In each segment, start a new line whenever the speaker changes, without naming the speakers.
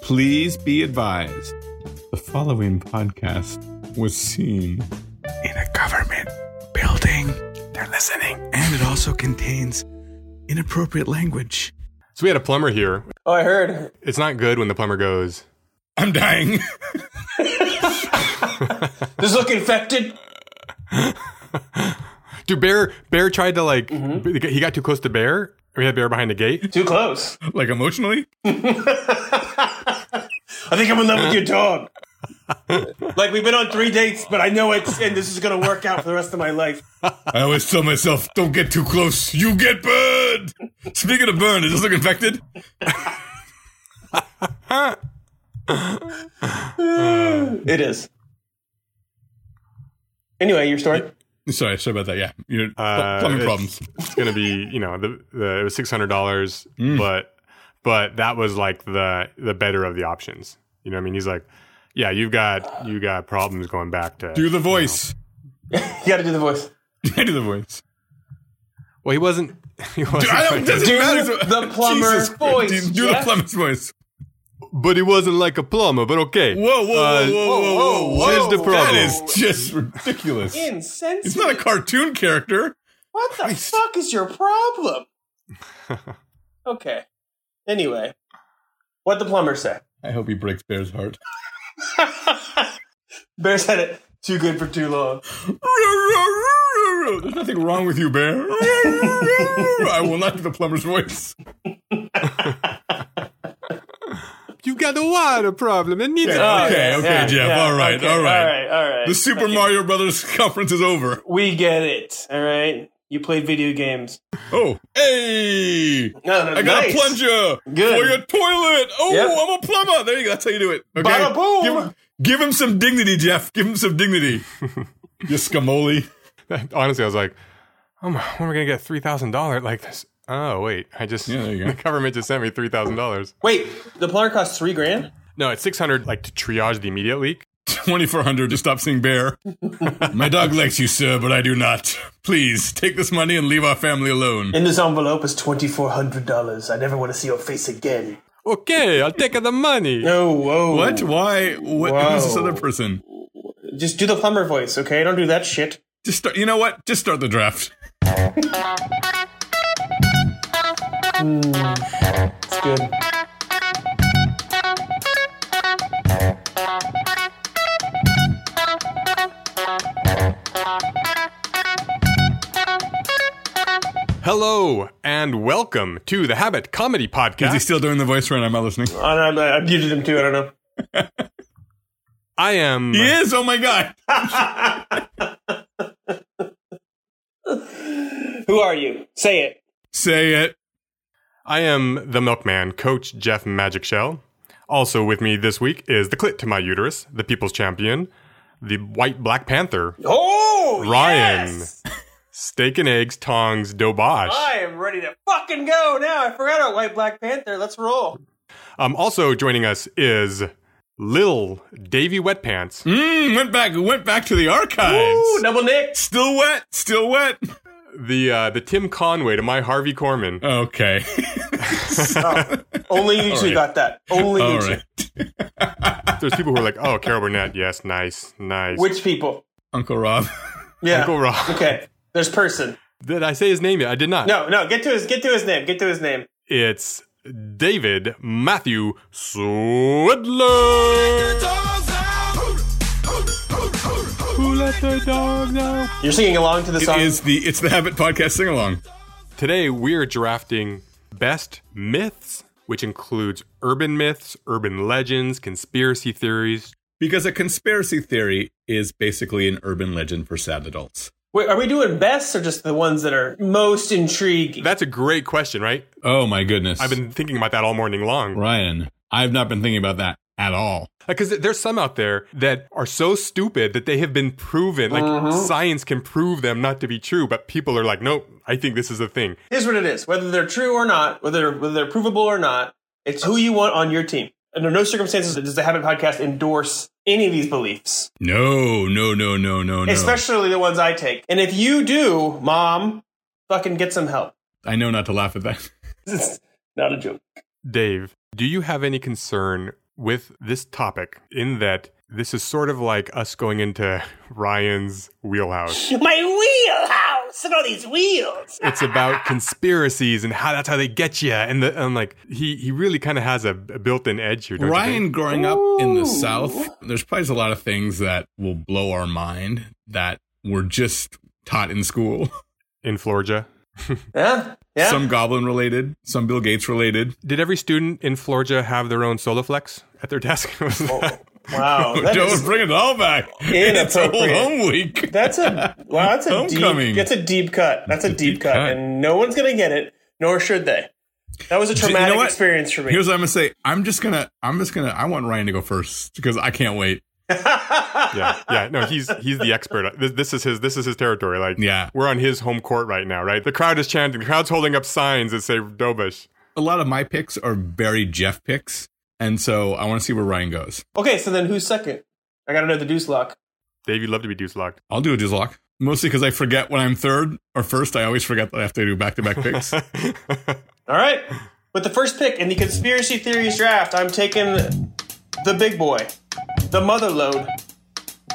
Please be advised the following podcast was seen in a government building. They're listening. And it also contains inappropriate language.
So we had a plumber here.
Oh, I heard.
It's not good when the plumber goes,
I'm dying.
Does look infected?
Dude, Bear Bear tried to like
Mm-hmm.
he got too close to Bear. We had Bear behind the gate.
Too close.
like emotionally?
I think I'm in love with your dog. like we've been on three dates, but I know it's and this is gonna work out for the rest of my life.
I always tell myself, don't get too close. You get burned. Speaking of burned, does this look infected?
It is. Anyway, your story.
Sorry, sorry about that. Yeah. You know, pl-
Uh,
plumbing
it's-
problems.
It's gonna be you know the, the it was six hundred dollars,
Mm.
but but that was like the the better of the options. You know what I mean? He's like, yeah, you've got you got problems going back to.
Do the voice.
You got to do the voice.
Do the voice.
Well, he wasn't. He wasn't
Dude, I don't, it doesn't
Do
matter.
the plumber's
Jesus,
voice,
Do, do the
Jeff.
plumber's voice.
but he wasn't like a plumber. But okay.
Whoa, whoa, whoa,
Uh,
whoa, whoa, whoa, whoa.
here's the
That
problem.
is just ridiculous. It's
Insensitive.
not a cartoon character.
what the fuck is your problem? okay. Anyway, what the plumber say?
I hope he breaks Bear's heart.
Bear said it too good for too long.
There's nothing wrong with you, Bear. I will not do the plumber's voice.
You've got a water problem. It needs.
Yeah.
Oh,
Okay, okay, Jeff, all right, all right.
all right, all right.
The Super Mario Brothers conference is over.
we get it. All right, you play video games.
Oh, hey!
No, no,
I got a plunger
Good.
for your toilet. Oh,
Yep.
I'm a plumber. There you go. That's how you do it. Okay.
Bada boom.
Give, give him some dignity, Jeff. Give him some dignity. you scamoli.
Uh, Honestly, I was like, oh my, when am I gonna get three thousand dollars like this? Oh wait, I just
Yeah, there you go.
the government just sent me three thousand dollars.
Wait, the plumber costs three grand.
No, it's six hundred like to triage the immediate leak.
2400 to stop seeing bear. My dog likes you, sir, but I do not. Please take this money and leave our family alone.
In this envelope is twenty four hundred dollars. I never want to see your face again.
Okay, I'll take the money.
No, whoa.
What? Why? What?
Wow.
Who's this other person?
Just do the plumber voice, okay? Don't do that shit.
Just start. You know what? Just start the draft.
It's good.
Hello and welcome to the Habit Comedy
Is he
Podcast.
still doing the voice right now? I'm not listening.
I, don't know, I, I muted him too. I don't know.
I am.
He is. Oh my god.
Who are you? Say it.
Say it.
I am the milkman, Coach Jeff Magic Shell. Also with me this week is the clit to my uterus, the people's champion, the white black panther,
Oh,
Ryan.
yes!
steak and eggs, tongs, dobosh.
I am ready to fucking go now. I forgot about White Black Panther. Let's roll.
Um, also joining us is Lil Davy Wet Pants,
Mm, went back. Went back to the archives.
Ooh, double nick.
Still wet. Still wet.
the uh, the Tim Conway to my Harvey Corman.
Okay.
Only you two
right.
got that. Only you
All
two.
right.
There's people who are like, oh, Carol Burnett, yes, nice, nice.
Which people?
Uncle Rob.
Yeah.
Uncle Rob.
Okay. There's person.
Did I say his name yet? I did not.
No, no. Get to his. Get to his name. Get to his name.
It's David Matthew Swidler. Who let the dogs out?
You're singing along to the
It
song.
is the. It's the Habit Podcast sing along.
Today we're drafting best myths, which includes urban myths, urban legends, conspiracy theories.
Because a conspiracy theory is basically an urban legend for sad adults.
Wait, are we doing best or just the ones that are most intriguing?
That's a great question, right?
Oh my goodness.
I've been thinking about that all morning long.
Ryan. I've not been thinking about that at all.
Because there's some out there that are so stupid that they have been proven, like science can prove them not to be true, but people are like, nope, I think this is a thing.
Here's what it is: whether they're true or not, whether whether they're provable or not, it's who you want on your team. Under no circumstances does the Habit Podcast endorse any of these beliefs,
No, no, no, no, no, no.
especially the ones I take. And if you do, Mom, fucking get some help.
I know not to laugh at that.
It's not a joke.
Dave, do you have any concern with this topic in that this is sort of like us going into Ryan's wheelhouse.
My wheelhouse! Look at all these wheels!
It's about conspiracies and how that's how they get you. And the, and like he he really kind of has a, a built-in edge here. Don't you think?
Ryan, growing up in the South, there's probably a lot of things that will blow our mind that were just taught in school.
in Florida,
Yeah, yeah.
Some goblin related, some Bill Gates related.
did every student in Florida have their own Soloflex at their desk? Was
Oh.
that-
wow, that
Don't
is-
bring it all back. It's old
Inappropriate.
home week.
that's a wow. That's a
Homecoming.
deep. That's a deep cut. That's a deep cut,
cut.
and no one's gonna get it, nor should they. That was a
know
traumatic
what?
experience for me.
Here's what I'm gonna say. I'm just gonna. I'm just gonna. I want Ryan to go first because I can't wait.
yeah, yeah. No, he's he's the expert. This, this is his this is his territory. Like,
Yeah.
we're on his home court right now, right? The crowd is chanting. The crowd's holding up signs that say Dobish.
A lot of my picks are very Jeff picks, and so I want to see where Ryan goes.
okay, so then who's second? I gotta know the deuce lock.
Dave, you'd love to be deuce locked.
I'll do a Dizlock. Mostly because I forget when I'm third or first. I always forget that I have to do back to back picks.
All right, with the first pick in the conspiracy theories draft, I'm taking the big boy, the mother load.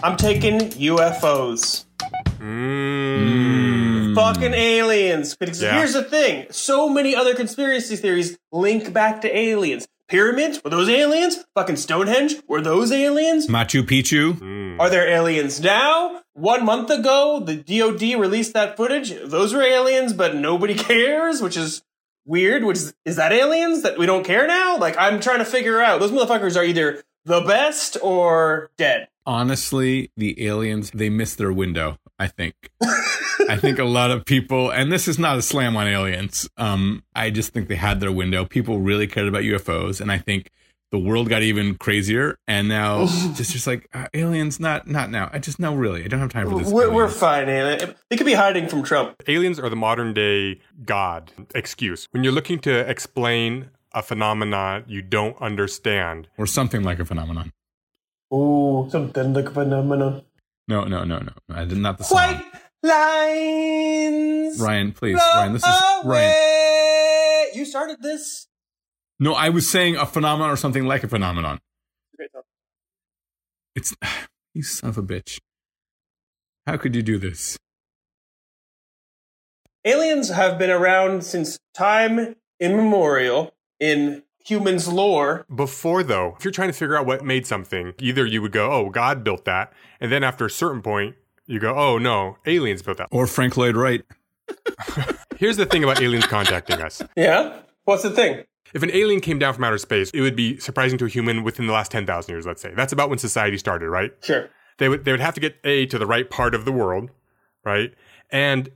I'm taking UFOs.
Mm.
Fucking aliens. Because
Yeah.
here's the thing so many other conspiracy theories link back to aliens. Pyramids? Were those aliens? Fucking Stonehenge? Were those aliens?
Machu Picchu.
Are there aliens now? One month ago, the DoD released that footage. Those were aliens, but nobody cares, which is weird. Which is, is that aliens that we don't care now? Like, I'm trying to figure out. Those motherfuckers are either the best or dead.
honestly, the aliens, they missed their window, I think. I think a lot of people, and this is not a slam on aliens. Um, I just think they had their window. People really cared about UFOs, and I think the world got even crazier. And now it's just, just like uh, aliens, not not now. I just no, really, I don't have time for this.
We're, we're
aliens.
fine, alien. They could be hiding from Trump.
Aliens are the modern day God excuse. When you're looking to explain a phenomena you don't understand,
or something like a phenomenon.
Ooh, something like a phenomenon.
No, no, no, no. I did not the song.
White lines.
Ryan, please,
blow
Ryan. This is Ryan.
away. You started this.
No, I was saying a phenomenon or something like a phenomenon. It's you son of a bitch. How could you do this?
Aliens have been around since time immemorial in humans' lore.
Before though, if you're trying to figure out what made something, either you would go, "Oh, God built that," and then after a certain point, you go, "Oh no, aliens built that."
Or Frank Lloyd Wright.
Here's the thing about aliens contacting us:
Yeah? What's the thing?
if an alien came down from outer space, it would be surprising to a human within the last ten thousand years. Let's say that's about when society started, right?
Sure.
They would they would have to get a to the right part of the world, right? And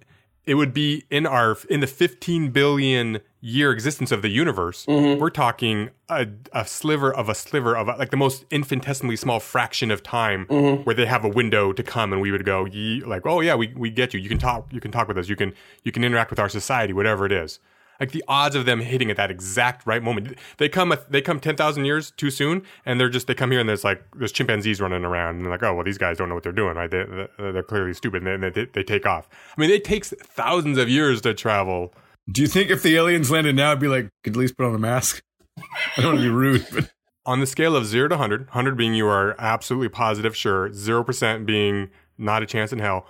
it would be in our in the 15 billion year existence of the universe. We're talking a, a sliver of a sliver of a, like the most infinitesimally small fraction of time where they have a window to come and we would go ye, like oh yeah we, we get you you can talk you can talk with us you can you can interact with our society whatever it is like the odds of them hitting at that exact right moment they come a- they come 10,000 years too soon and they're just they come here and there's like there's chimpanzees running around and they're like oh well these guys don't know what they're doing right they, they, they're clearly stupid and they, they, they take off i mean it takes thousands of years to travel
Do you think if the aliens landed now, I'd be like, could at least put on a mask? I don't want to be rude, but
on the scale of 0 to 100 100 being you are absolutely positive sure 0% being not a chance in hell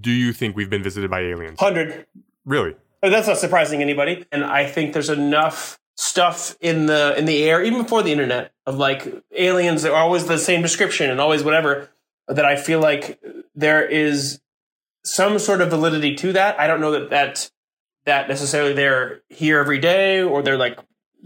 do you think we've been visited by aliens
100.
really
Uh, That's not surprising anybody. And I think there's enough stuff in the in the air, even before the internet, of like aliens that are always the same description and always whatever, that I feel like there is some sort of validity to that. I don't know that that, that necessarily they're here every day or they're like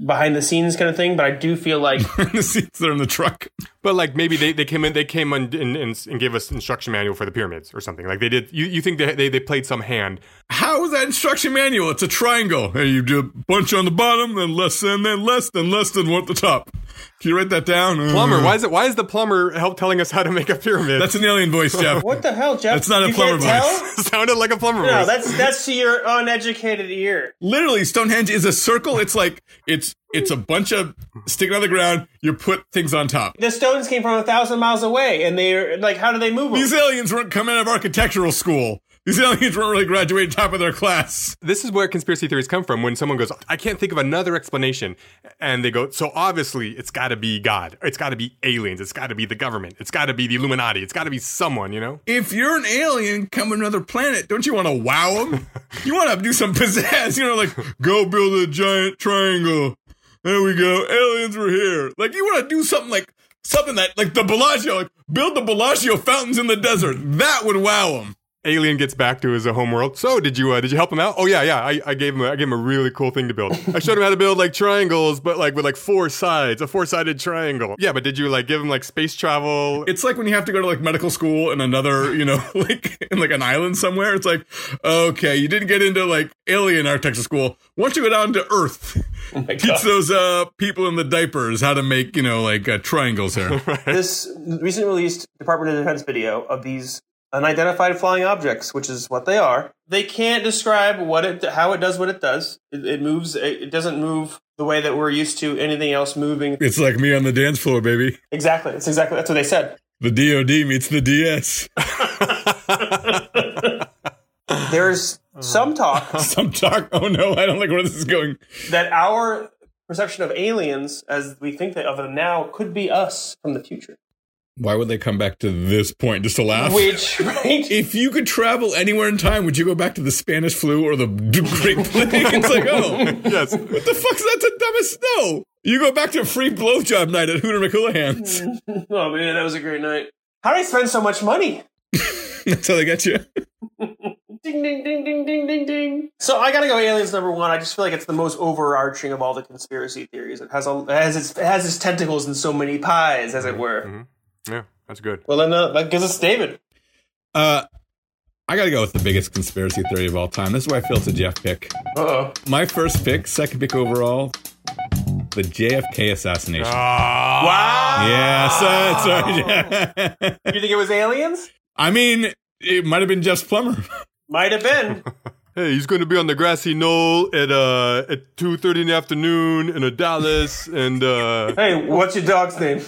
behind the scenes kind of thing, but I do feel like
the seats are in the truck.
But like maybe they, they came in they came in and, and, and gave us instruction manual for the pyramids or something like they did you, you think they, they they played some hand
How is that instruction manual? It's a triangle. Hey, you do a bunch on the bottom, then less, and then less, then less, then one at the top. Can you write that down? Uh,
plumber why is it why is the plumber help telling us how to make a pyramid
That's an alien voice, Jeff.
What the hell, Jeff?
That's not a
You can't
plumber
tell?
voice.
sounded like a plumber
No,
voice.
that's that's to your uneducated ear.
Literally, Stonehenge is a circle. It's like it's it's a bunch of sticking on the ground. You put things on top.
The stones came from a thousand miles away, and they're like, how do they move them?
These aliens weren't coming out of architectural school. These aliens weren't really graduating top of their class.
This is where conspiracy theories come from when someone goes, I can't think of another explanation. And they go, So obviously, it's got to be God. It's got to be aliens. It's got to be the government. It's got to be the Illuminati. It's got to be someone, you know?
If you're an alien come from another planet, don't you want to wow them? you want to do some pizzazz, you know, like go build a giant triangle. There we go. Aliens were here. Like you want to do something like something that like the Bellagio, like build the Bellagio fountains in the desert. That would wow them.
Alien gets back to his uh, home world. So did you? Uh, did you help him out? Oh yeah, yeah. I, I gave him. A, I gave him a really cool thing to build. I showed him how to build like triangles, but like with like four sides, a four-sided triangle. Yeah, but did you like give him like space travel?
It's like when you have to go to like medical school in another, you know, like in like an island somewhere. It's like, okay, you didn't get into like alien architecture school. Once you go down to Earth,
Oh my
teach
God.
those uh people in the diapers how to make you know like uh, triangles here.
This recently released Department of Defense video of these unidentified flying objects, which is what they are. They can't describe what it, how it does what it does. It, it moves. It, it doesn't move the way that we're used to anything else moving.
it's like me on the dance floor, baby.
Exactly. That's exactly. That's what they said.
The DOD meets the DS.
There's some talk
Some talk. Oh no, I don't like where this is going.
that our perception of aliens, as we think that of them now, could be us from the future.
Why would they come back to this point just to laugh?
Which, right?
If you could travel anywhere in time, would you go back to the Spanish flu or the d- Great Plague? It's like, oh,
yes.
What the fuck's that the dumbest no? You go back to free blowjob night at Hooter McCoulihan's.
Oh man, that was a great night. How do they spend so much money?
That's how they got you.
Ding, ding, ding, ding, ding, ding, ding. So I gotta go. Aliens number one. I just feel like it's the most overarching of all the conspiracy theories. It has a it has its it has its tentacles in so many pies, as it were.
Yeah, that's good.
Well, then uh, that gives us David.
Uh, I gotta go with the biggest conspiracy theory of all time. This is why I feel it's a Jeff pick.
Uh oh.
My first pick, second pick overall, the JFK assassination.
Ah. wow.
yeah, so, sorry, Jeff.
You think it was aliens?
I mean, it might have been Jeff's plumber.
Might have been.
Hey, he's going to be on the grassy knoll at uh at two thirty in the afternoon in a Dallas, and uh,
hey, what's your dog's name?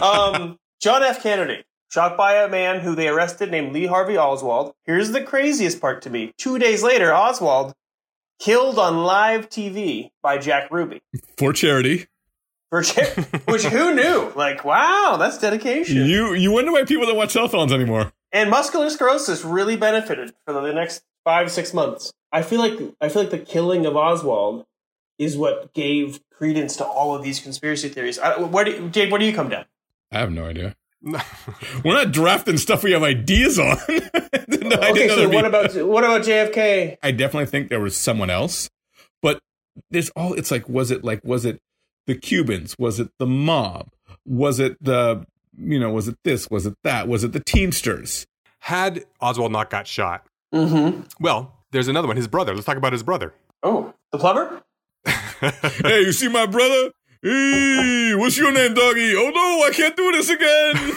um, John F. Kennedy, shot by a man who they arrested named Lee Harvey Oswald. Here's the craziest part to me. Two days later, Oswald killed on live TV by Jack Ruby.
For charity.
For Jack- Which who knew? Like, wow, that's dedication.
You you wonder why people don't watch cell phones anymore.
and muscular sclerosis really benefited for the next five six months. I feel like I feel like the killing of Oswald is what gave credence to all of these conspiracy theories. I, where do, Jake, where do you come down?
I have no idea. We're not drafting stuff we have ideas on. No, I
okay,
didn't know
so
there'd be-
what about what about JFK?
I definitely think there was someone else, but there's all. It's like, was it like, was it the Cubans? Was it the mob? Was it the you know? Was it this? Was it that? Was it the Teamsters?
had Oswald not got shot,
Mm-hmm.
well, there's another one. His brother. Let's talk about his brother.
Oh, the plumber?
hey, you see my brother? Hey, what's your name, doggy? Oh no, I can't do this again.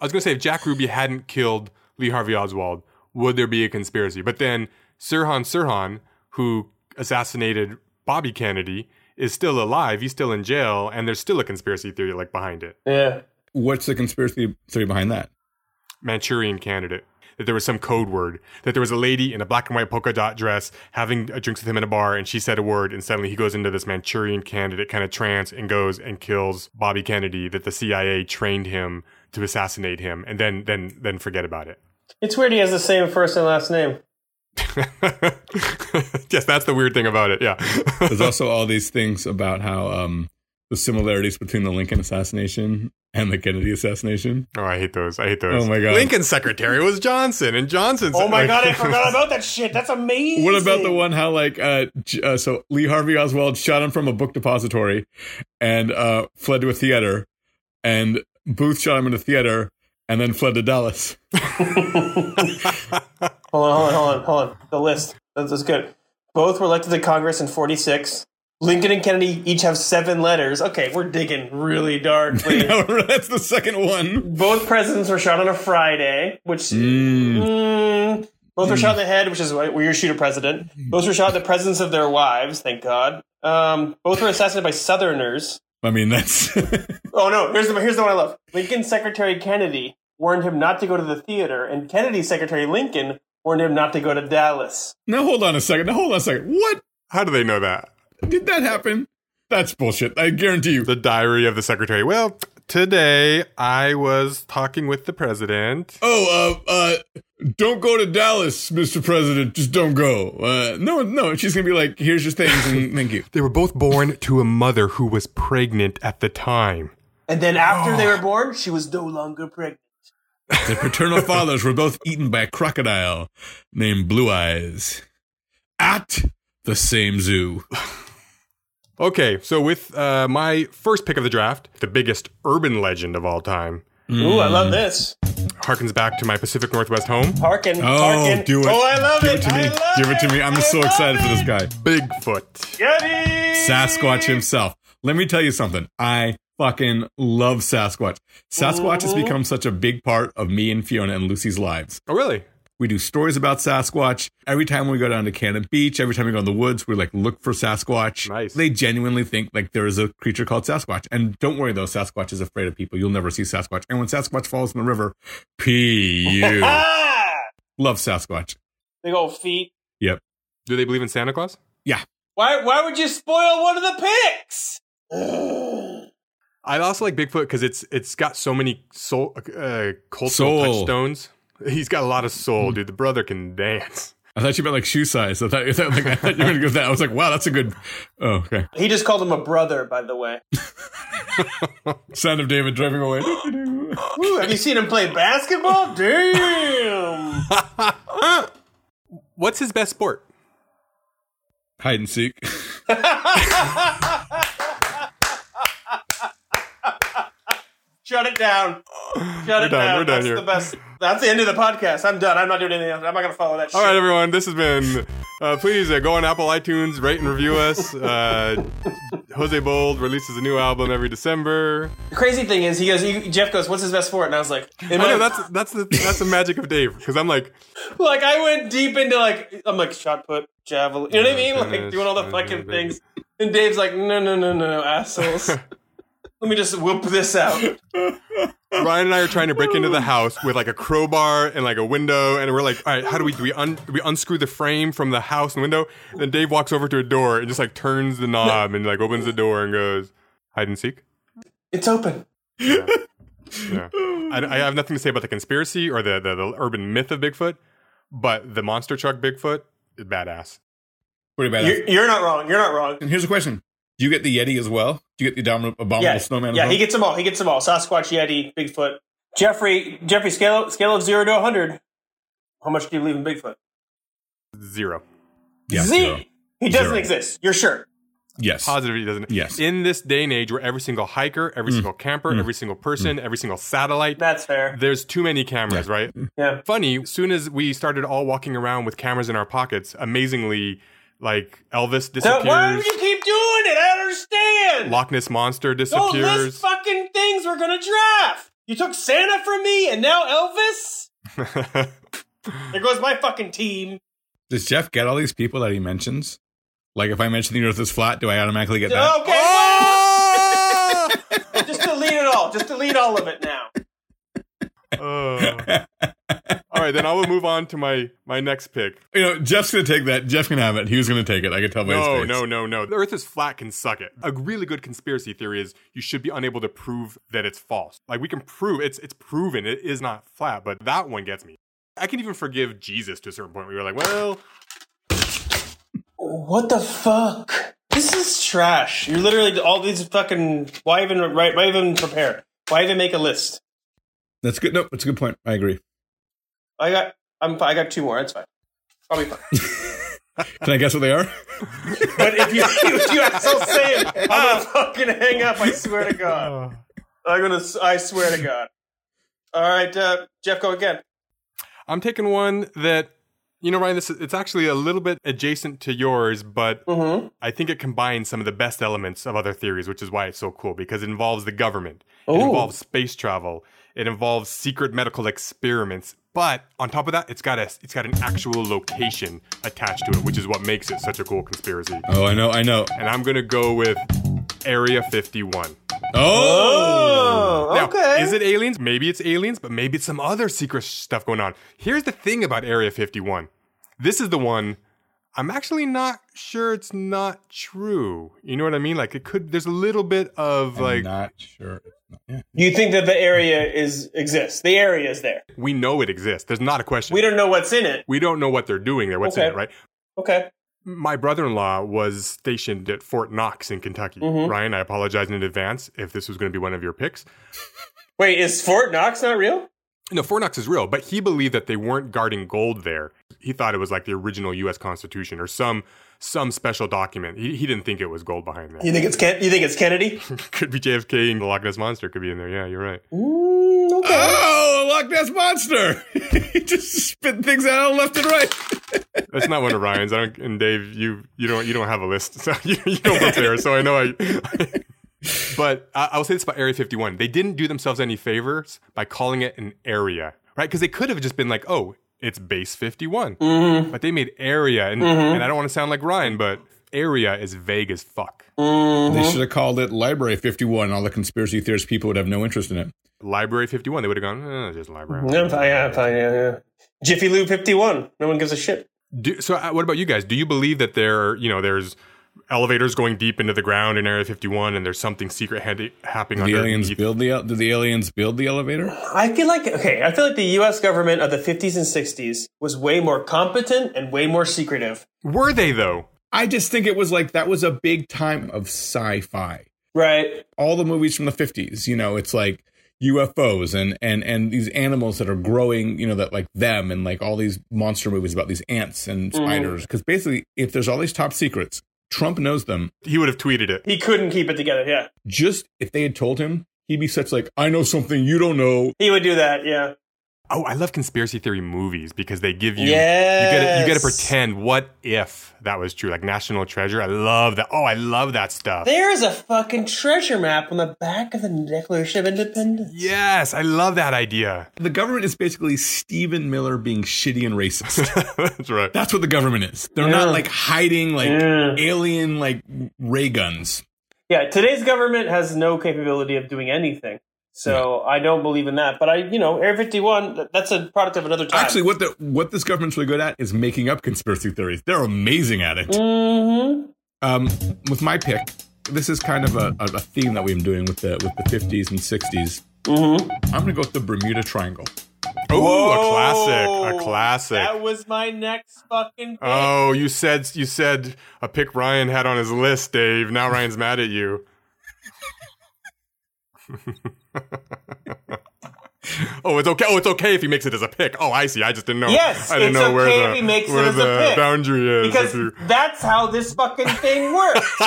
I was going to say if Jack Ruby hadn't killed Lee Harvey Oswald, would there be a conspiracy? But then Sirhan Sirhan, who assassinated Bobby Kennedy, is still alive. He's still in jail, and there's still a conspiracy theory like behind it.
Yeah.
What's the conspiracy theory behind that?
Manchurian candidate. That there was some code word. That there was a lady in a black and white polka dot dress having uh, drinks with him in a bar, and she said a word, and suddenly he goes into this Manchurian candidate kind of trance and goes and kills Bobby Kennedy. That the CIA trained him to assassinate him, and then then then forget about it.
It's weird he has the same first and last name.
yes, that's the weird thing about it. Yeah.
There's also all these things about how um, the similarities between the Lincoln assassination and the Kennedy assassination.
oh, I hate those. I hate those.
Oh, my God.
Lincoln's secretary was Johnson, and Johnson's.
Oh my
like-
god, I forgot about that shit. That's amazing.
What about the one how like uh, J- uh so Lee Harvey Oswald shot him from a book depository and uh fled to a theater and Booth shot him in a theater and then fled to Dallas.
Hold on, hold on, hold on, hold on. The list. That's, that's good. Both were elected to Congress in 46. Lincoln and Kennedy each have seven letters. Okay, we're digging really darkly.
That's the second one.
Both presidents were shot on a Friday, which. Mm, both were shot in the head, which is why where you shoot a president. Both were shot in the presence of their wives, thank God. Um, both were assassinated by Southerners.
I mean that's
Oh no! Here's the here's the one I love. Lincoln Secretary Kennedy warned him not to go to the theater, and Kennedy's secretary Lincoln warned him not to go to Dallas.
Now hold on a second. Now hold on a second. What
How do they know that?
did that happen? That's bullshit. I guarantee you.
The diary of the secretary. Well, today I was talking with the president.
Oh, uh, uh, don't go to Dallas, Mr. President. Just don't go. Uh, no, no. She's gonna be like, here's your things and thank you.
They were both born to a mother who was pregnant at the time.
And then after
Oh.
they were born, she was no longer pregnant.
Their paternal fathers were both eaten by a crocodile named Blue Eyes at the same zoo.
Okay, so with uh, my first pick of the draft, the biggest urban legend of all time,
Ooh, I
Mm.
love this.
harkens back to my Pacific Northwest home,
Harkin.
Oh,
Harkin.
do it.
Oh, I love
Give
it.
it to
I
me.
love
Give it to me. I'm
I
so
love
excited for
it.
this guy.
Bigfoot.
Yeti.
Sasquatch himself. Let me tell you something. I fucking love Sasquatch. Sasquatch has become such a big part of me and Fiona and Lucy's lives.
Oh, really?
We do stories about Sasquatch. Every time we go down to Cannon Beach, every time we go in the woods, we like look for Sasquatch.
Nice.
They genuinely think like there is a creature called Sasquatch. And don't worry though, Sasquatch is afraid of people. You'll never see Sasquatch. And when Sasquatch falls in the river, pee you.
Ah!
Love Sasquatch.
Big old feet.
Do they believe in Santa Claus?
Why, why would you spoil one of the picks? Ugh.
I also like Bigfoot because it's it's got so many soul uh, cultural
Soul.
touchstones. He's got a lot of soul, dude. The brother can dance.
I thought you meant like shoe size. I thought, I thought, like, I thought you were going to go with that. I was like, wow, that's a good. Oh, okay.
He just called him a brother, by the way.
Sound of David driving away.
Ooh, have you seen him play basketball? Damn.
What's his best sport?
Hide and seek.
Shut it down. Shut it
done,
down.
we're done
That's
here.
the best. That's the end of the podcast. I'm done. I'm not doing anything else. I'm not gonna follow that
All
shit.
right, everyone. This has been. Uh, please uh, go on Apple iTunes, rate and review us. Uh, Jose Bold releases a new album every December.
The crazy thing is, he goes. He, Jeff goes, "What's his best sport?" And I was like, in
I
my-
know that's that's the that's the magic of Dave because I'm like
like I went deep into like I'm like shot put, javelin. You know
Oh,
what I mean? Like doing all the fucking things. And Dave's like, "No, no, no, no, no, assholes." Let me just whoop this out.
Ryan and I are trying to break into the house with like a crowbar and like a window, and we're like, all right, how do we do we un do we unscrew the frame from the house and window? And then Dave walks over to a door and just like turns the knob and like opens the door and goes hide and seek.
It's open.
Yeah. I, I have nothing to say about the conspiracy or the, the the urban myth of Bigfoot, but the monster truck Bigfoot is badass.
Pretty badass.
You're, you're not wrong. You're not wrong.
and here's a question: Do you get the Yeti as well? Do you get the abomin- abominable
Yeah,
snowman?
yeah,
as well?
he gets them all. He gets them all. Sasquatch, Yeti, Bigfoot, Jeffrey. Jeffrey, scale scale of zero to hundred. How much do you believe in Bigfoot?
Zero.
yeah,
Z.
zero.
He doesn't
Zero.
exist. You're sure.
Yes.
Positivity doesn't.
Yes.
In this day and age where every single hiker, every single camper, every single person, every single satellite,
That's fair.
there's too many cameras, right?
Yeah.
Funny, as soon as we started all walking around with cameras in our pockets, amazingly, like Elvis
So why do
disappears,
you keep doing it? I don't understand.
Loch Ness Monster
Don't list
disappears.
fucking things we're gonna draft. You took Santa from me, and now Elvis. There goes my fucking team.
Does Jeff get all these people that he mentions? Like, if I mention the Earth is flat, do I automatically get that?
Okay,
Ah!
well, just delete it all. Just delete all of it now.
Uh, all right, then I will move on to my my next pick.
You know, Jeff's gonna take that. Jeff can have it. He was gonna take it. I could tell by his
No,
face.
no, no, no. The Earth is flat can suck it. A really good conspiracy theory is you should be unable to prove that it's false. Like we can prove it's it's proven it is not flat, but that one gets me. I can even forgive Jesus to a certain point. We were like, well,
What the fuck? This is trash. You're literally all these fucking. Why even right? Why even prepare? Why even make a list?
That's good. No, that's a good point. I agree.
I got. I'm. fi- I got two more. That's fine. Probably fine.
Can I guess what they are?
But if you if you asshole say it, I'm
Ah!
gonna fucking hang up. I swear to God. I'm gonna. s- I swear to God. All right, uh, Jeff, go again.
I'm taking one that you know, Ryan. This is- it's actually a little bit adjacent to yours, but
Mm-hmm.
I think it combines some of the best elements of other theories, which is why it's so cool because it involves the government,
Ooh.
it involves space travel, it involves secret medical experiments. But on top of that, it's got a it's got an actual location attached to it, which is what makes it such a cool conspiracy.
Oh, I know. I know.
And I'm gonna go with Area 51.
Oh,
Oh, okay.
Now, is it aliens? Maybe it's aliens, but maybe it's some other secret stuff going on. Here's the thing about Area 51. This is the one I'm actually not sure it's not true. You know what I mean? Like it could there's a little bit of
I'm
like
not sure. Yeah.
You think that the area is exists? The area is there.
we know it exists. There's not a question.
We don't know what's in it.
we don't know what they're doing there, what's in
Okay.
it, right?
Okay.
my brother-in-law was stationed at Fort Knox in Kentucky.
Mhm.
Ryan, I apologize in advance if this was going to be one of your picks.
Wait, is Fort Knox not real?
No, Fort Knox is real, but he believed that they weren't guarding gold there. He thought it was like the original U.S. Constitution or some some special document. He, he didn't think it was gold behind that.
You think it's Ken- you think it's Kennedy?
could be JFK and the Loch Ness monster could be in there. Yeah, you're right.
Mm, okay.
Oh, a Loch Ness monster! he just spit things out left and right.
That's not one of Ryan's. I don't. And Dave, you you don't you don't have a list, so you, you don't prepare. So I know I. but I, I will say this about Area 51: they didn't do themselves any favors by calling it an area, right? Because they could have just been like, "Oh, it's Base 51," but they made area, and, and I don't want to sound like Ryan, but area is vague as fuck.
They should have called it Library 51. All the conspiracy theorist people would have no interest in it.
Library 51, they would have gone, eh, "Just library."
Yeah, fine, yeah, fine, yeah, yeah. Jiffy Lube fifty one. No one gives a shit.
Do, so, uh, what about you guys? Do you believe that there, you know, there's elevators going deep into the ground in Area 51, and there's something secret head- happening
The
underneath?
aliens build the did the aliens build the elevator?
I feel like okay, I feel like the US government of the 50s and 60s was way more competent and way more secretive.
Were they though?
I just think it was like that was a big time of sci-fi.
Right.
All the movies from the 50s, you know, it's like UFOs and and and these animals that are growing, you know, that like them and like all these monster movies about these ants and
Mm-hmm.
spiders because basically if there's all these top secrets, Trump knows them.
He would have tweeted it.
He couldn't keep it together, yeah.
Just if they had told him, he'd be such like I know something you don't know.
He would do that, yeah.
Oh, I love conspiracy theory movies because they give you you get to, you
Yes.
get to pretend what if that was true. Like National Treasure, I love that. Oh, I love that stuff.
There's a fucking treasure map on the back of the Declaration of Independence.
yes, I love that idea.
The government is basically Stephen Miller being shitty and racist.
That's right.
That's what the government is. They're
Yeah.
not like hiding like
Yeah.
alien like ray guns.
Yeah, today's government has no capability of doing anything. So I don't believe in that. But I, you know, Air 51, th- that's a product of another time.
Actually, what the what this government's really good at is making up conspiracy theories. They're amazing at it.
hmm
Um, with my pick, this is kind of a, a a theme that we've been doing with the with the 50s and 60s. I'm gonna go with the Bermuda Triangle.
Oh, a classic. A classic.
That was my next fucking pick.
Oh, you said you said a pick Ryan had on his list, Dave. Now Ryan's mad at you. oh, it's okay. Oh, it's okay if he makes it as a pick. Oh, I see. I just didn't know.
Yes,
I didn't
it's
know where
okay
the,
if he makes it
where
as a
the
pick.
boundary is. if
because
you-
that's how this fucking thing works.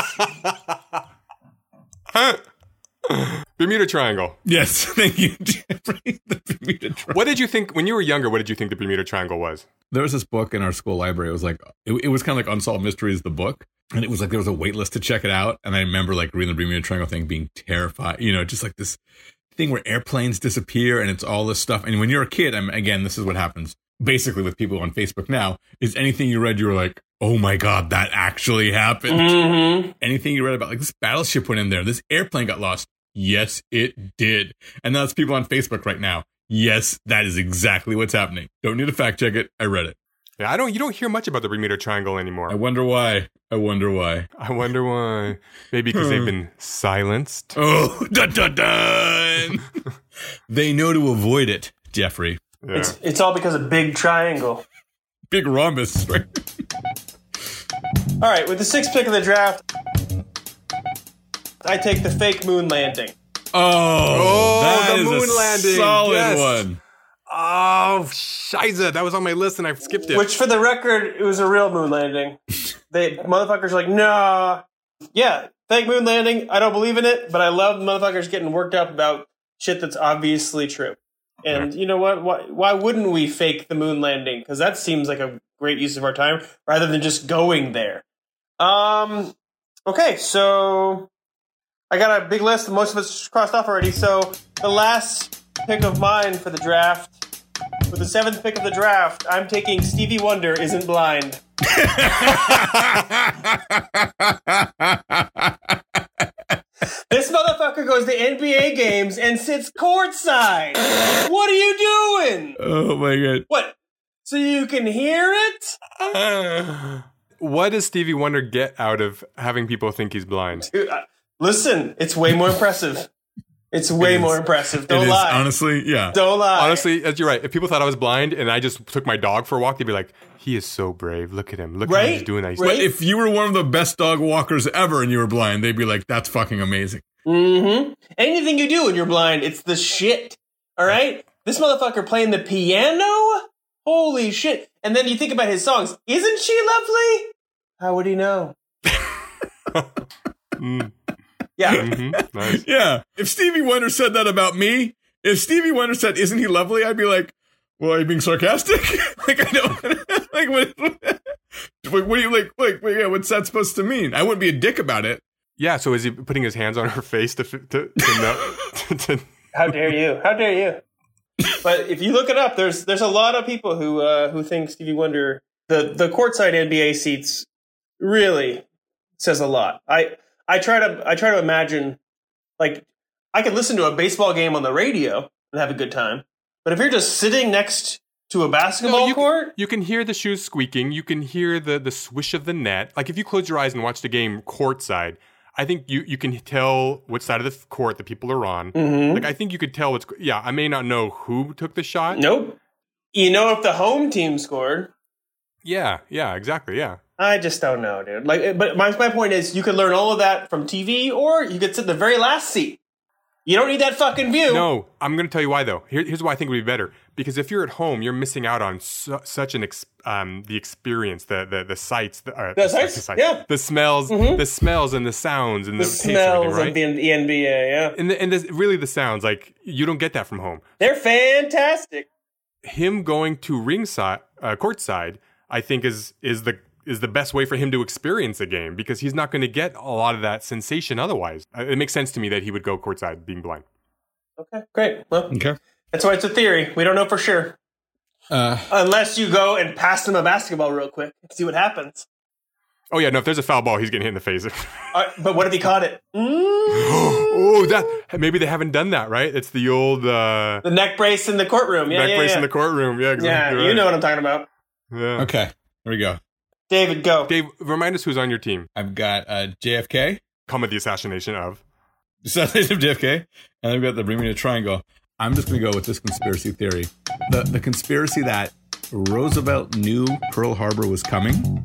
Bermuda Triangle.
Yes, thank you, Jeffrey. The Bermuda Triangle.
What did you think when you were younger? What did you think the Bermuda Triangle was?
There was this book in our school library. It was like it, it was kind of like Unsolved Mysteries, the book. And it was like there was a wait list to check it out. And I remember like reading the Bermuda Triangle thing, being terrified. You know, just like this thing where airplanes disappear and it's all this stuff. And when you're a kid, I'm again, this is what happens basically with people on Facebook now is anything you read, you were like, oh my God, that actually happened.
mm-hmm.
Anything you read about, like this battleship went in there, this airplane got lost. Yes, it did. And that's people on Facebook right now. Yes, that is exactly what's happening. Don't need to fact check it. I read it.
Yeah, I don't. You don't hear much about the Bermuda Triangle anymore.
I wonder why. I wonder why.
I wonder why. Maybe because
Hmm.
they've been silenced.
Oh, dun dun dun! they know to avoid it, Jeffrey.
Yeah.
It's it's all because of Big Triangle.
Big rhombus. Right?
All right, with the sixth pick of the draft, I take the fake moon landing.
Oh,
Oh, that
the
is a
moon landing.
Solid
Yes.
one.
Oh, shiza. That was on my list and I skipped it.
Which, for the record, it was a real moon landing. they motherfuckers are like, nah, yeah, fake moon landing. I don't believe in it, but I love motherfuckers getting worked up about shit that's obviously true. And you know what? Why, why wouldn't we fake the moon landing? Because that seems like a great use of our time rather than just going there. Um. Okay, so I got a big list. Most of it's crossed off already. So the last pick of mine for the draft with the seventh pick of the draft, I'm taking Stevie Wonder Isn't Blind. This motherfucker goes to NBA games and sits courtside. What are you doing?
Oh my god.
What? So you can hear it?
what does Stevie Wonder get out of having people think he's blind?
Dude, I- Listen, it's way more impressive. It's way
It is.
more impressive. Don't
it is
lie.
honestly, yeah.
Don't lie.
Honestly, as you're right. If people thought I was blind and I just took my dog for a walk, they'd be like, "He is so brave. Look at him. Look at how he's
Right?
doing that." He's-
But if you were one of the best dog walkers ever and you were blind, they'd be like, "That's fucking amazing."
Mm-hmm. Anything you do when you're blind, it's the shit. All right? This motherfucker playing the piano? Holy shit. And then you think about his songs. Isn't she lovely? How would he know?
Mm,
Yeah.
mhm, nice.
Yeah. If Stevie Wonder said that about me, if Stevie Wonder said, "Isn't he lovely?" I'd be like, "Well, are you being sarcastic?" like I don't like what. what- What do you like? Like, what- yeah, what's that supposed to mean? I wouldn't be a dick about it.
Yeah. So is he putting his hands on her face to fi- to, to know? to, to,
How dare you? How dare you? But if you look it up, there's there's a lot of people who uh, who think Stevie Wonder the the courtside NBA seats really says a lot. I I try to I try to imagine like I could listen to a baseball game on the radio and have a good time, but if you're just sitting next to a basketball
No, you-
court,
You can hear the shoes squeaking. You can hear the the swish of the net. Like if you close your eyes and watch the game courtside, I think you you can tell which side of the f- court the people are on.
Mhm.
Like I think you could tell what's. Yeah, I may not know who took the shot.
nope. You know, if the home team scored,
Yeah, yeah, exactly. Yeah,
I just don't know, dude. Like, but my, my point is, you could learn all of that from TV, or you could sit in the very last seat. You don't need that fucking view.
No, I'm going to tell you why though. Here, here's why I think it would be better. Because if you're at home, you're missing out on su- such an ex- um, the experience, the the the sights, the, uh,
The sights, yeah. Mm-hmm.
the smells, the smells and the sounds and the,
the
taste and everything,
smells
right?
of the, the NBA. Yeah,
and the, and this, really the sounds like you don't get that from home.
they're fantastic.
Him going to ringside, uh, courtside, I think is is the is the best way for him to experience a game because he's not going to get a lot of that sensation otherwise. Uh, It makes sense to me that he would go courtside being blind.
Okay, great. Well,
Okay.
that's why it's a theory. We don't know for sure
Uh,
unless you go and pass them a basketball real quick and see what happens.
Oh yeah, no, if there's a foul ball, he's getting hit in the face.
All right, but what if he caught it? Mm,
oh, that maybe they haven't done that, right? It's the old uh,
the neck brace in the courtroom. Yeah,
neck
yeah,
brace
yeah.
in the courtroom. Yeah,
yeah,
exactly.
you
right.
know what I'm talking about.
Yeah.
okay. Here we go.
David, go.
Dave, remind us who's on your team.
I've got uh, JFK,
Come with the assassination of.
Assassination of JFK, and I've got the Bermuda Triangle. I'm just going to go with this conspiracy theory. The, the conspiracy that Roosevelt knew Pearl Harbor was coming,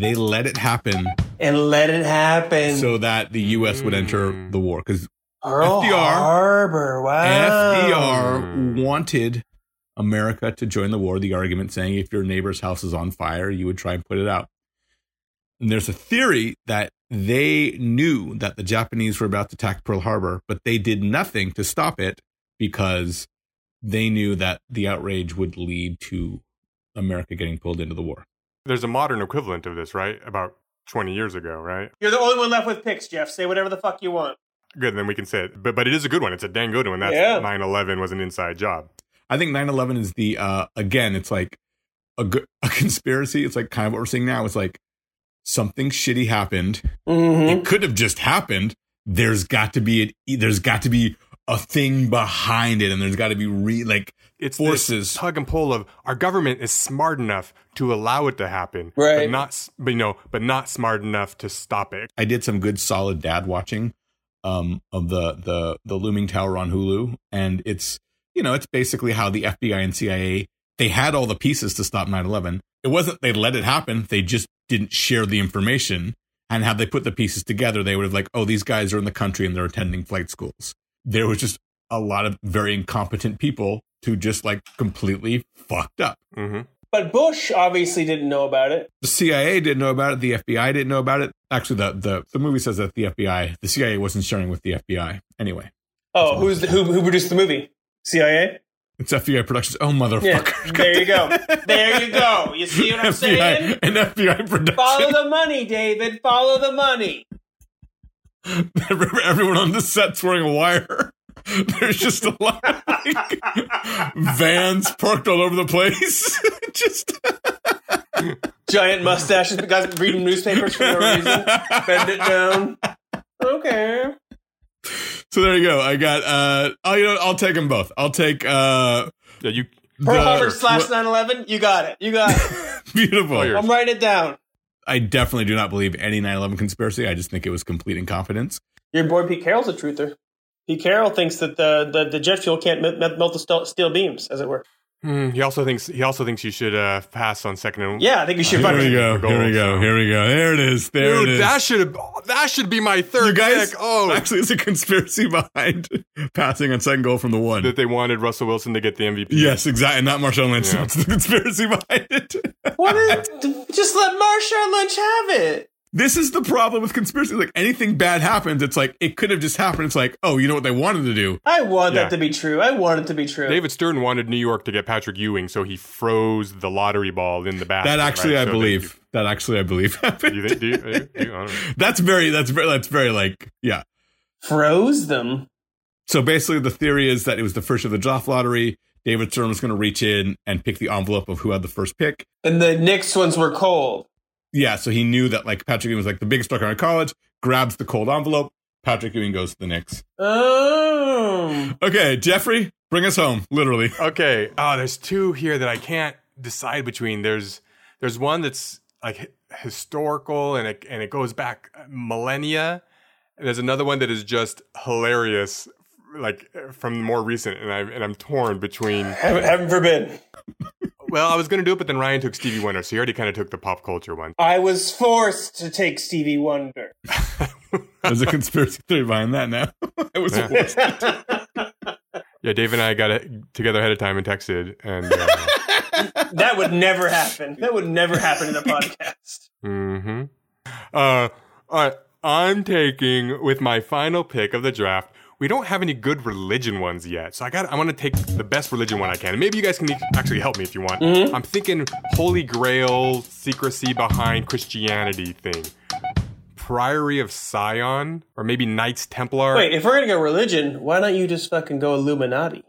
they let it happen
And let it happen.
so that the U.S. would
Mm.
enter the war. Because
Pearl
FDR.
Harbor. Wow.
Oh.
FDR wanted America to join the war, the argument saying if your neighbor's house is on fire, you would try and put it out. And there's a theory that they knew that the Japanese were about to attack Pearl Harbor, but they did nothing to stop it because they knew that the outrage would lead to America getting pulled into the war.
There's a modern equivalent of this, right? About 20 years ago, right?
You're the only one left with picks, Jeff. Say whatever the fuck you want.
Good, then we can say it. But but it is a good one. It's a dang good one. That's
Yeah.
9/11 was an inside job.
I think 9/11 is the uh again it's like a good a conspiracy it's like kind of what we're seeing now it's like something shitty happened
Mm-hmm.
it could have just happened there's got to be a, there's got to be a thing behind it and there's got to be re like
It's
Forces.
this tug and pull of our government is smart enough to allow it to happen,
Right.
But not, s- but you know, but not smart enough to stop it.
i did some good solid dad watching um of the the the looming tower on hulu and it's you know it's basically how the fbi and cia they had all the pieces to stop 9-11 it wasn't they let it happen they just didn't share the information and had they put the pieces together they would have like oh these guys are in the country and they're attending flight schools there was just a lot of very incompetent people who just like completely fucked up
hmm
But Bush obviously didn't know about it.
the CIA didn't know about it. The FBI didn't know about it. Actually, the the, the movie says that the FBI, the CIA wasn't sharing with the FBI. Anyway,
Oh, who's the, who? Who produced the movie? CIA.
it's FBI Productions. Oh, motherfucker.
Yeah. There you go. There you go. You see what I'm saying?
FBI, an FBI
Follow
production.
the money, David. Follow the money.
Everyone on the set's wearing a wire. There's just a lot of like, vans parked all over the place. just
Giant mustaches. The guys reading newspapers for no reason. Bend it down. Okay.
So there you go. I got. Uh, I'll, you know, I'll take them both. I'll take. Uh,
Yeah, you.
the-
Pearl Harbor slash
what-
9/11. You got it. You got it.
Beautiful.
Oh, you're-
I'm writing it down.
I definitely do not believe any 9/11 conspiracy. I just think it was complete incompetence.
Your boy Pete Carroll's a truther. Pete Carroll thinks that the, the, the jet fuel can't melt, melt the steel, steel beams, as it were.
Hmm, he also thinks he also thinks you should uh, pass on second and
Yeah, I think we should
Here we
fucking.
go. Here we go. Here we go. There it is. There it
Dude,
is.
that should that should be my third
you guys,
pick. Oh,
actually, it's a conspiracy behind passing on second goal from the one.
that they wanted Russell Wilson to get the MVP.
yes, exactly. And not Marshawn Lynch.
Yeah.
That's the conspiracy behind it.
What is, just let Marshawn Lynch have it.
this is the problem with conspiracy. Like anything bad happens, it's like it could have just happened. It's like, oh, you know what they wanted to do?
I want
Yeah.
that to be true. I want it to be true.
David Stern wanted New York to get Patrick Ewing, so he froze the lottery ball in the basket.
That actually,
right? So
I believe. that actually, I believe
They, you,
happened.
you think? Do you, do you, do you- I don't know.
that's very. That's very. That's very like yeah.
Froze them.
So basically, the theory is that it was the first of the draft lottery. David Stern was going to reach in and pick the envelope of who had the first pick.
And the Knicks ones were cold.
Yeah, so he knew that like Patrick Ewing was like the biggest star in college. Grabs the cold envelope. Patrick Ewing goes to the Knicks.
Oh.
Okay, Jeffrey, bring us home. Literally,
Okay. Oh, there's two here that I can't decide between. There's there's one that's like h- historical and it and it goes back millennia. And there's another one that is just hilarious, like from more recent. And I and I'm torn between.
Heaven, heaven forbid.
Well, I was gonna do it, but then Ryan took Stevie Wonder, so he already kind of took the pop culture one.
I was forced to take Stevie Wonder.
there's a conspiracy theory behind that. Now it was
Yeah. Yeah, Dave and I got it together ahead of time and texted, and uh,
That would never happen. That would never happen in a podcast.
hmm Uh, all right. I'm taking with my final pick of the draft. We don't have any good religion ones yet, so I got. I want to take the best religion one I can. And Maybe you guys can e, actually help me if you want. I'm thinking Holy Grail secrecy behind Christianity thing, Priory of Sion, or maybe Knights Templar.
Wait, if we're going to go religion, why don't you just fucking go Illuminati?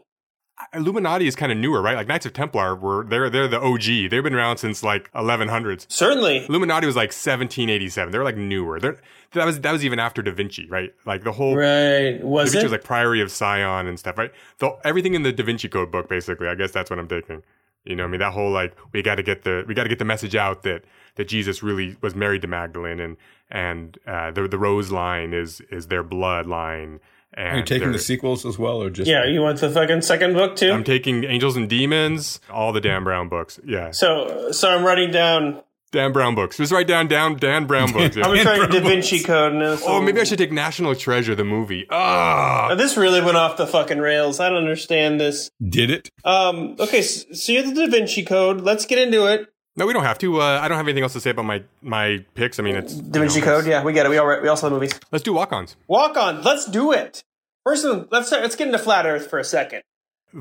Illuminati is kind of newer, right? Like Knights of Templar were they're they're the OG. They've been around since like 1100s.
Certainly.
Illuminati was like 1787. They're like newer. They're, that was that was even after Da Vinci, right? Like the whole
Right.
Da
Was
Vinci
it?
was like Priory of Sion and stuff, right? The, everything in the Da Vinci Code book, basically. I guess that's what I'm taking. You know, what I mean, that whole like we got to get the we got to get the message out that that Jesus really was married to Magdalene, and and uh, the the rose line is is their blood line. And they're-
sequels as well, or just
yeah, you want the fucking second book too?
I'm taking Angels and Demons, all the Dan Brown books. Yeah,
so, so I'm writing down.
Dan Brown books. Just write down down Dan Brown books. yeah.
I'm just writing Da
Incredibles.
Vinci Code. And this
Oh, maybe I should take National Treasure, the movie. Ah,
This really went off the fucking rails. I don't understand this.
did it?
Um. Okay. s- So you're the Da Vinci Code. Let's get into it.
no, we don't have to. Uh, I don't have anything else to say about my my picks. I mean, it's
Da Vinci
you know,
Code. Yeah, we got it. We all we all saw the movies.
Let's do walk-ons.
Walk on. Let's do it. First, of all, let's start, let's get into flat Earth for a second.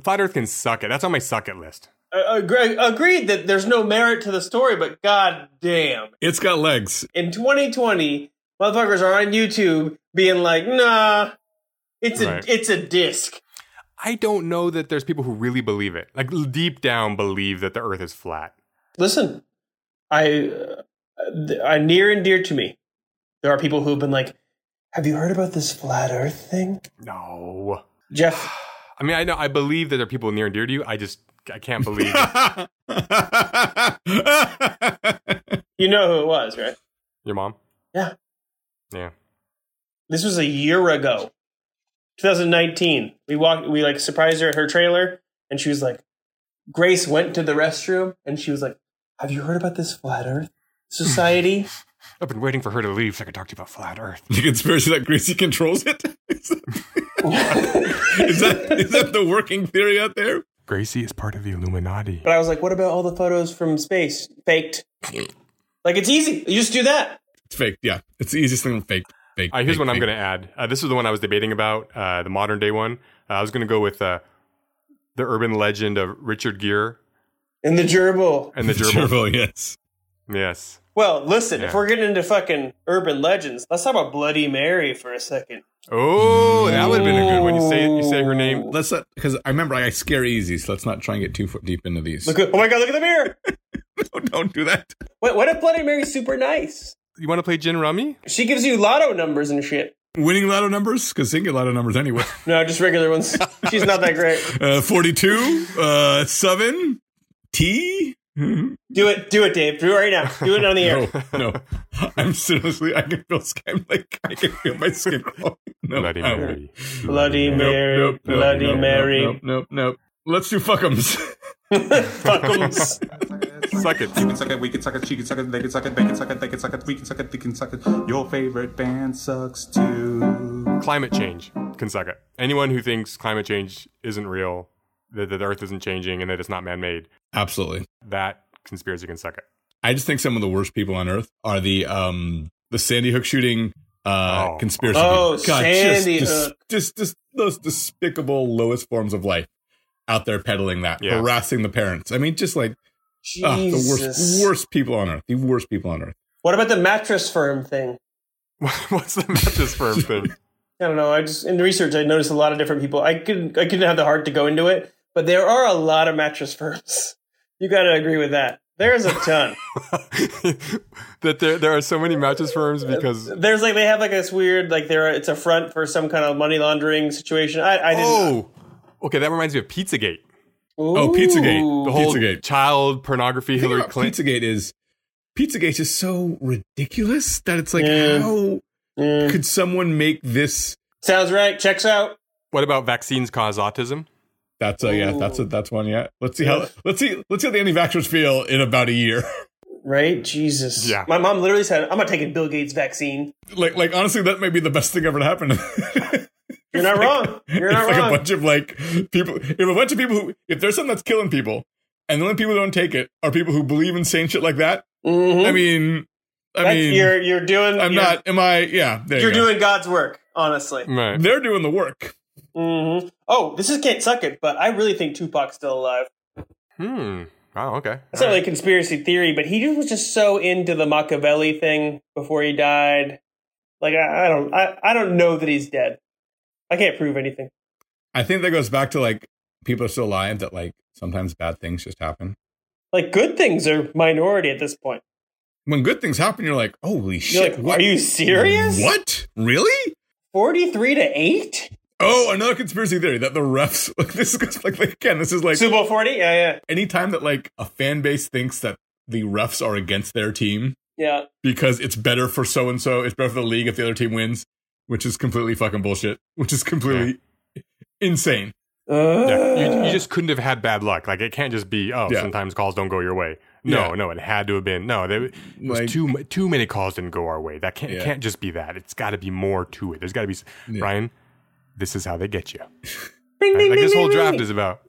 Flat Earth can suck it. That's on my suck it list.
Uh, agree, agreed that there's no merit to the story, but god damn,
It's got legs.
in 2020, motherfuckers are on YouTube being like, nah, it's a
Right.
it's a disc.
I don't know that there's people who really believe it. Like l- deep down, believe that the Earth is flat.
Listen, I uh, th- are near and dear to me. There are people who have been like, have you heard about this flat Earth thing,
No.
Jeff?
I mean, I know. I believe that there are people near and dear to you. I just I can't believe.
You know who it was, right?
Your mom.
This was a year ago, 2019. We walked, we like surprised her at her trailer, and she was like, Grace went to the restroom, and she was like, Have you heard about this flat Earth society?
I've been waiting for her to leave so I could talk to you about flat Earth.
the conspiracy that Gracie controls it. Is that, is that is that the working theory out there?
Gracie is part of the Illuminati.
But I was like, what about all the photos from space? Faked. like, it's easy. You just do that.
It's fake. Yeah, it's the easiest thing. Fake. Fake.
Uh, here's
fake,
one I'm
fake.
going to add. Uh, this is the one I was debating about, uh, the modern day one. Uh, I was going to go with uh, the urban legend of Richard Gere
And the gerbil.
and the gerbil.
Gerbil, yes.
Yes.
Well, listen,
Yeah.
if we're getting into fucking urban legends, let's talk about Bloody Mary for a second.
Oh, that would have been a good one. You say you say her name.
Let's not because I remember I scare easy, so let's not try and get too fo- deep into these.
Look, at- oh my God, look at the mirror.
no, don't do that.
Wait, what if Bloody Mary's super nice?
You want to play Gin Rummy?
She gives you lotto numbers and shit.
Winning lotto numbers? Because they get lotto numbers anyway.
No, just regular ones. She's not that great.
Uh, 42, uh, 7, T. Mhm.
Do it, do it, Dave. Do it right now. Do it on the air.
No, no. I'm seriously, I can feel skin. Like, I can feel my skin crawling. No,
Bloody
I won't.
Mary.
Bloody Mary, Bloody Mary.
Nope, nope, nope. Let's do fuckums.
Fuckums.
Ah,
Suck it.
You can suck it, we can suck it, she can suck it, they can suck it, they can suck it, they can suck it, we can suck it, they can suck it. Your favorite band sucks too.
Climate change can suck it. Anyone who thinks climate change isn't real, that, that the Earth isn't changing, and that it's not man-made,
Absolutely.
that conspiracy can suck it.
I just think some of the worst people on earth are the um the Sandy Hook shooting uh
Oh.
conspiracy.
Oh,
people.
Sandy
just,
Hook.
Just, just those despicable lowest forms of life out there peddling that,
Yeah.
harassing the parents. I mean, just like ah, the
Jesus.
worst worst people on earth. The worst people on earth.
What about the mattress firm thing?
What's the mattress firm thing?
I don't know. I just in research, I noticed a lot of different people. I couldn't, I couldn't have the heart to go into it, but there are a lot of mattress firms. You got to agree with that. There's a ton.
that there there are so many mattress firms because
There's like they have like this weird like there. It's a front for some kind of money laundering situation. I, I didn't.
oh, okay, that reminds me of PizzaGate.
Oh, Pizzagate.
The whole
Pizzagate.
child pornography
The thing
Hillary
about
Clinton.
Pizzagate is Pizzagate is so ridiculous that it's like
Yeah.
how
Mm.
could someone make this
Sounds right. Checks out.
What about vaccines cause autism?
that's a yeah, that's a that's one yeah. Let's see how let's see let's see how the anti-vaxxers feel in about a year.
Right? Jesus.
Yeah.
My mom literally said, "I'm not taking Bill Gates' vaccine."
like like honestly that may be the best thing ever to happen
You're not wrong. You're
it's
not
like
wrong.
a bunch of like people if a bunch of people who if there's something that's killing people and the only people who don't take it are people who believe in saying shit like that
Mhm.
i mean i
That's-
mean
you're you're doing.
i'm
you're,
not am i yeah there you
You're
go.
doing God's work, honestly.
Right.
they're doing the work
hmm Oh, this is can't suck it, but I really think Tupac's still alive.
Hmm. Wow. Okay.
That's not really a conspiracy theory, but he was just so into the Machiavelli thing before he died. Like I, I don't, I, I don't know that he's dead. I can't prove anything.
i think that goes back to like people are still alive that like sometimes bad things just happen
Like good things are minority at this point.
when good things happen you're like holy
You're
shit
like,
what-
are you serious?
what really
Forty-three to eight?
oh another conspiracy theory that the refs like this is like, like again this is like
Super Bowl forty? Yeah, yeah,
anytime that like a fan base thinks that the refs are against their team
yeah.
because it's better for so and so, it's better for the league if the other team wins, which is completely fucking bullshit, which is completely insane.
Yeah.
Uh,
You, you just couldn't have had bad luck. Like it can't just be oh
Yeah.
sometimes calls don't go your way. No,
Yeah.
no, it had to have been no. There it was
Like-
too mu- too many calls didn't go our way. That can't
Yeah.
it can't just be that. It's got to be more to it. There's got to be s
Yeah.
Ryan. This is how they get you.
Bing,
Right?
bing,
Like
bing,
this whole
bing,
draft
bing.
is about.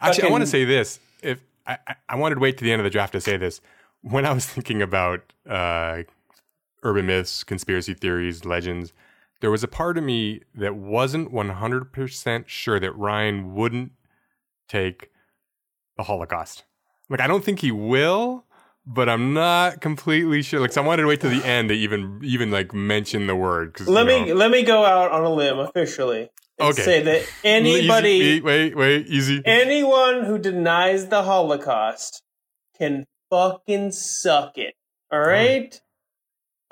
Actually, I want to
Fucking-
say this. If I, I- I wanted to wait to the end of the draft to say this, when I was thinking about uh, urban myths, conspiracy theories, legends, there was a part of me that wasn't one hundred percent sure that Ryan wouldn't take the Holocaust. Like, I don't think he will, but I'm not completely sure. Like, so I wanted to wait to the end to even even like mention the word. 'cause,
Let
you
me
know-
let me go out on a limb officially and
Okay.
say that
Easy- e,
anybody
wait, wait, easy.
anyone who denies the Holocaust can fucking suck it. All right?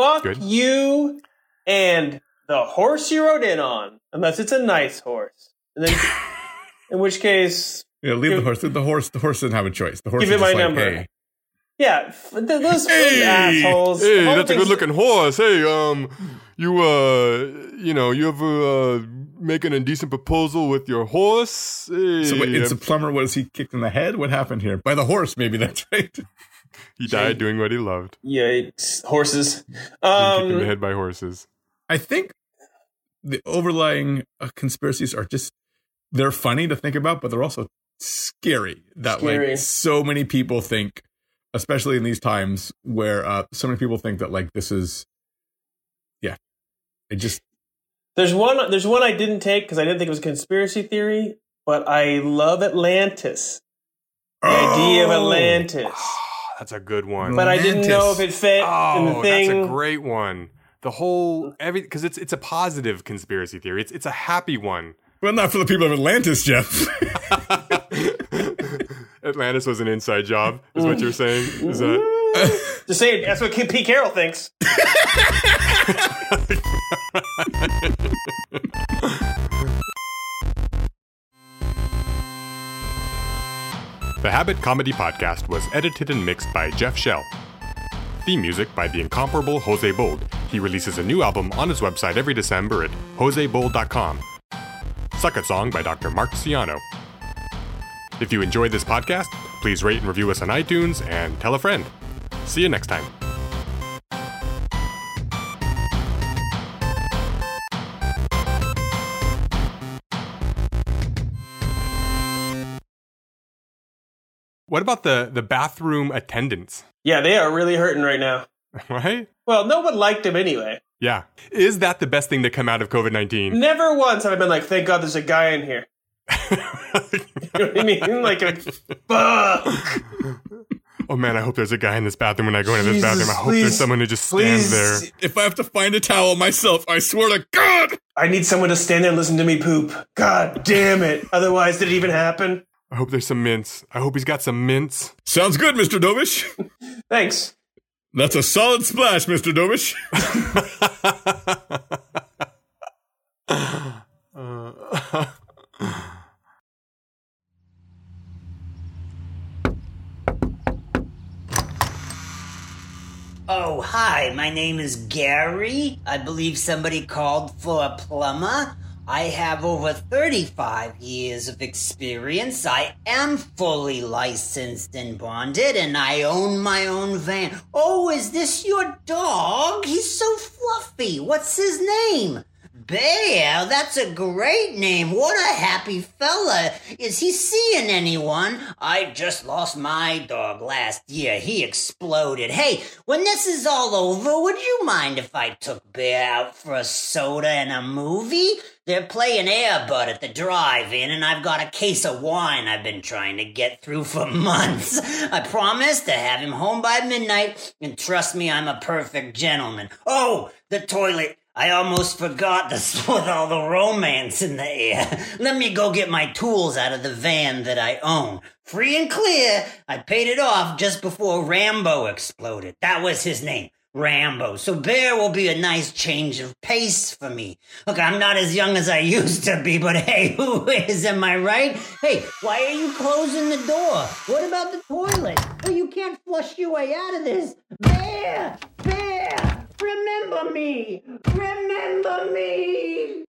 Fuck
Good.
you and the horse you rode in on, unless it's a nice horse. And then, in which case,
Yeah, leave the
Give-
horse. The horse. The horse doesn't have a choice. The horse
Give
is
it my
just like,
number.
hey.
yeah, f- th- those, those assholes.
Hey,
the whole
that's a
thing's-
good looking horse. Hey, um, you uh, you know, you ever uh, making a decent proposal with your horse? Hey,
So wait, it's a
um,
plumber. Was he kicked in the head? What happened here? By the horse, maybe that's right.
he died doing what he loved.
Yikes, horses.
Being kicked in the
Um,
head by horses.
I think the overlying uh, conspiracies are just they're funny to think about, but they're also scary. That
Scary.
like so many people think, especially in these times where uh, so many people think that like this is, yeah, it just
there's one. There's one I didn't take because I didn't think it was a conspiracy theory, but I love Atlantis. The idea of
Oh!
Atlantis.
Ah, That's a good one.
but I didn't know if it fit in the
oh, that's
thing.
a great one. The whole every because it's it's a positive conspiracy theory. It's it's a happy one.
Well, not for the people of Atlantis, Jeff.
Atlantis was an inside job, is what you're saying. Is that
Just saying, that's what K- Pete Carroll thinks.
The Habit Comedy Podcast was edited and mixed by Jeff Shell. Theme music by the incomparable Jose Bold. He releases a new album on his website every December at josebold.com. Suck It Song by Dr. Mark Ciano. If you enjoyed this podcast, please rate and review us on iTunes and tell a friend. See you next time. What about the, the bathroom attendants?
Yeah, they are really hurting right now.
Right?
Well, no one liked him anyway.
Yeah. Is that the best thing to come out of COVID 19?
Never once have I been like, thank God there's a guy in here. You know what I mean? Like, a, fuck.
oh man, I hope there's a guy in this bathroom when I go into this
Jesus,
bathroom. I hope there's
please,
someone who just stands
Please.
there.
If I have to find a towel myself, I swear to God.
I need someone to stand there and listen to me poop. God damn it. Otherwise, did it even happen?
I hope there's some mints. I hope he's got some mints.
Sounds good, Mr. Dovish.
Thanks.
That's a solid splash, Mr. Dovish.
Uh,
Oh, hi, my name is Gary. I believe somebody called for a plumber. I have over 35 years of experience. I am fully licensed and bonded, and I own my own van. Oh, is this your dog? He's so fluffy. What's his name? Bear, that's a great name. What a happy fella. Is he seeing anyone? I just lost my dog last year. He exploded. Hey, when this is all over, would you mind if I took Bear out for a soda and a movie? They're playing Airbud at the drive-in, and I've got a case of wine I've been trying to get through for months. I promised to have him home by midnight, and trust me, I'm a perfect gentleman. Oh, the toilet. I almost forgot this with all the romance in the air. Let me go get my tools out of the van that I own. Free and clear, I paid it off just before Rambo exploded. That was his name. Rambo. So Bear will be a nice change of pace for me. Look, I'm not as young as I used to be, but hey, who is? Am I right? Hey, why are you closing the door? What about the toilet? Oh, you can't flush your way out of this. Bear! Bear! Remember me! Remember me!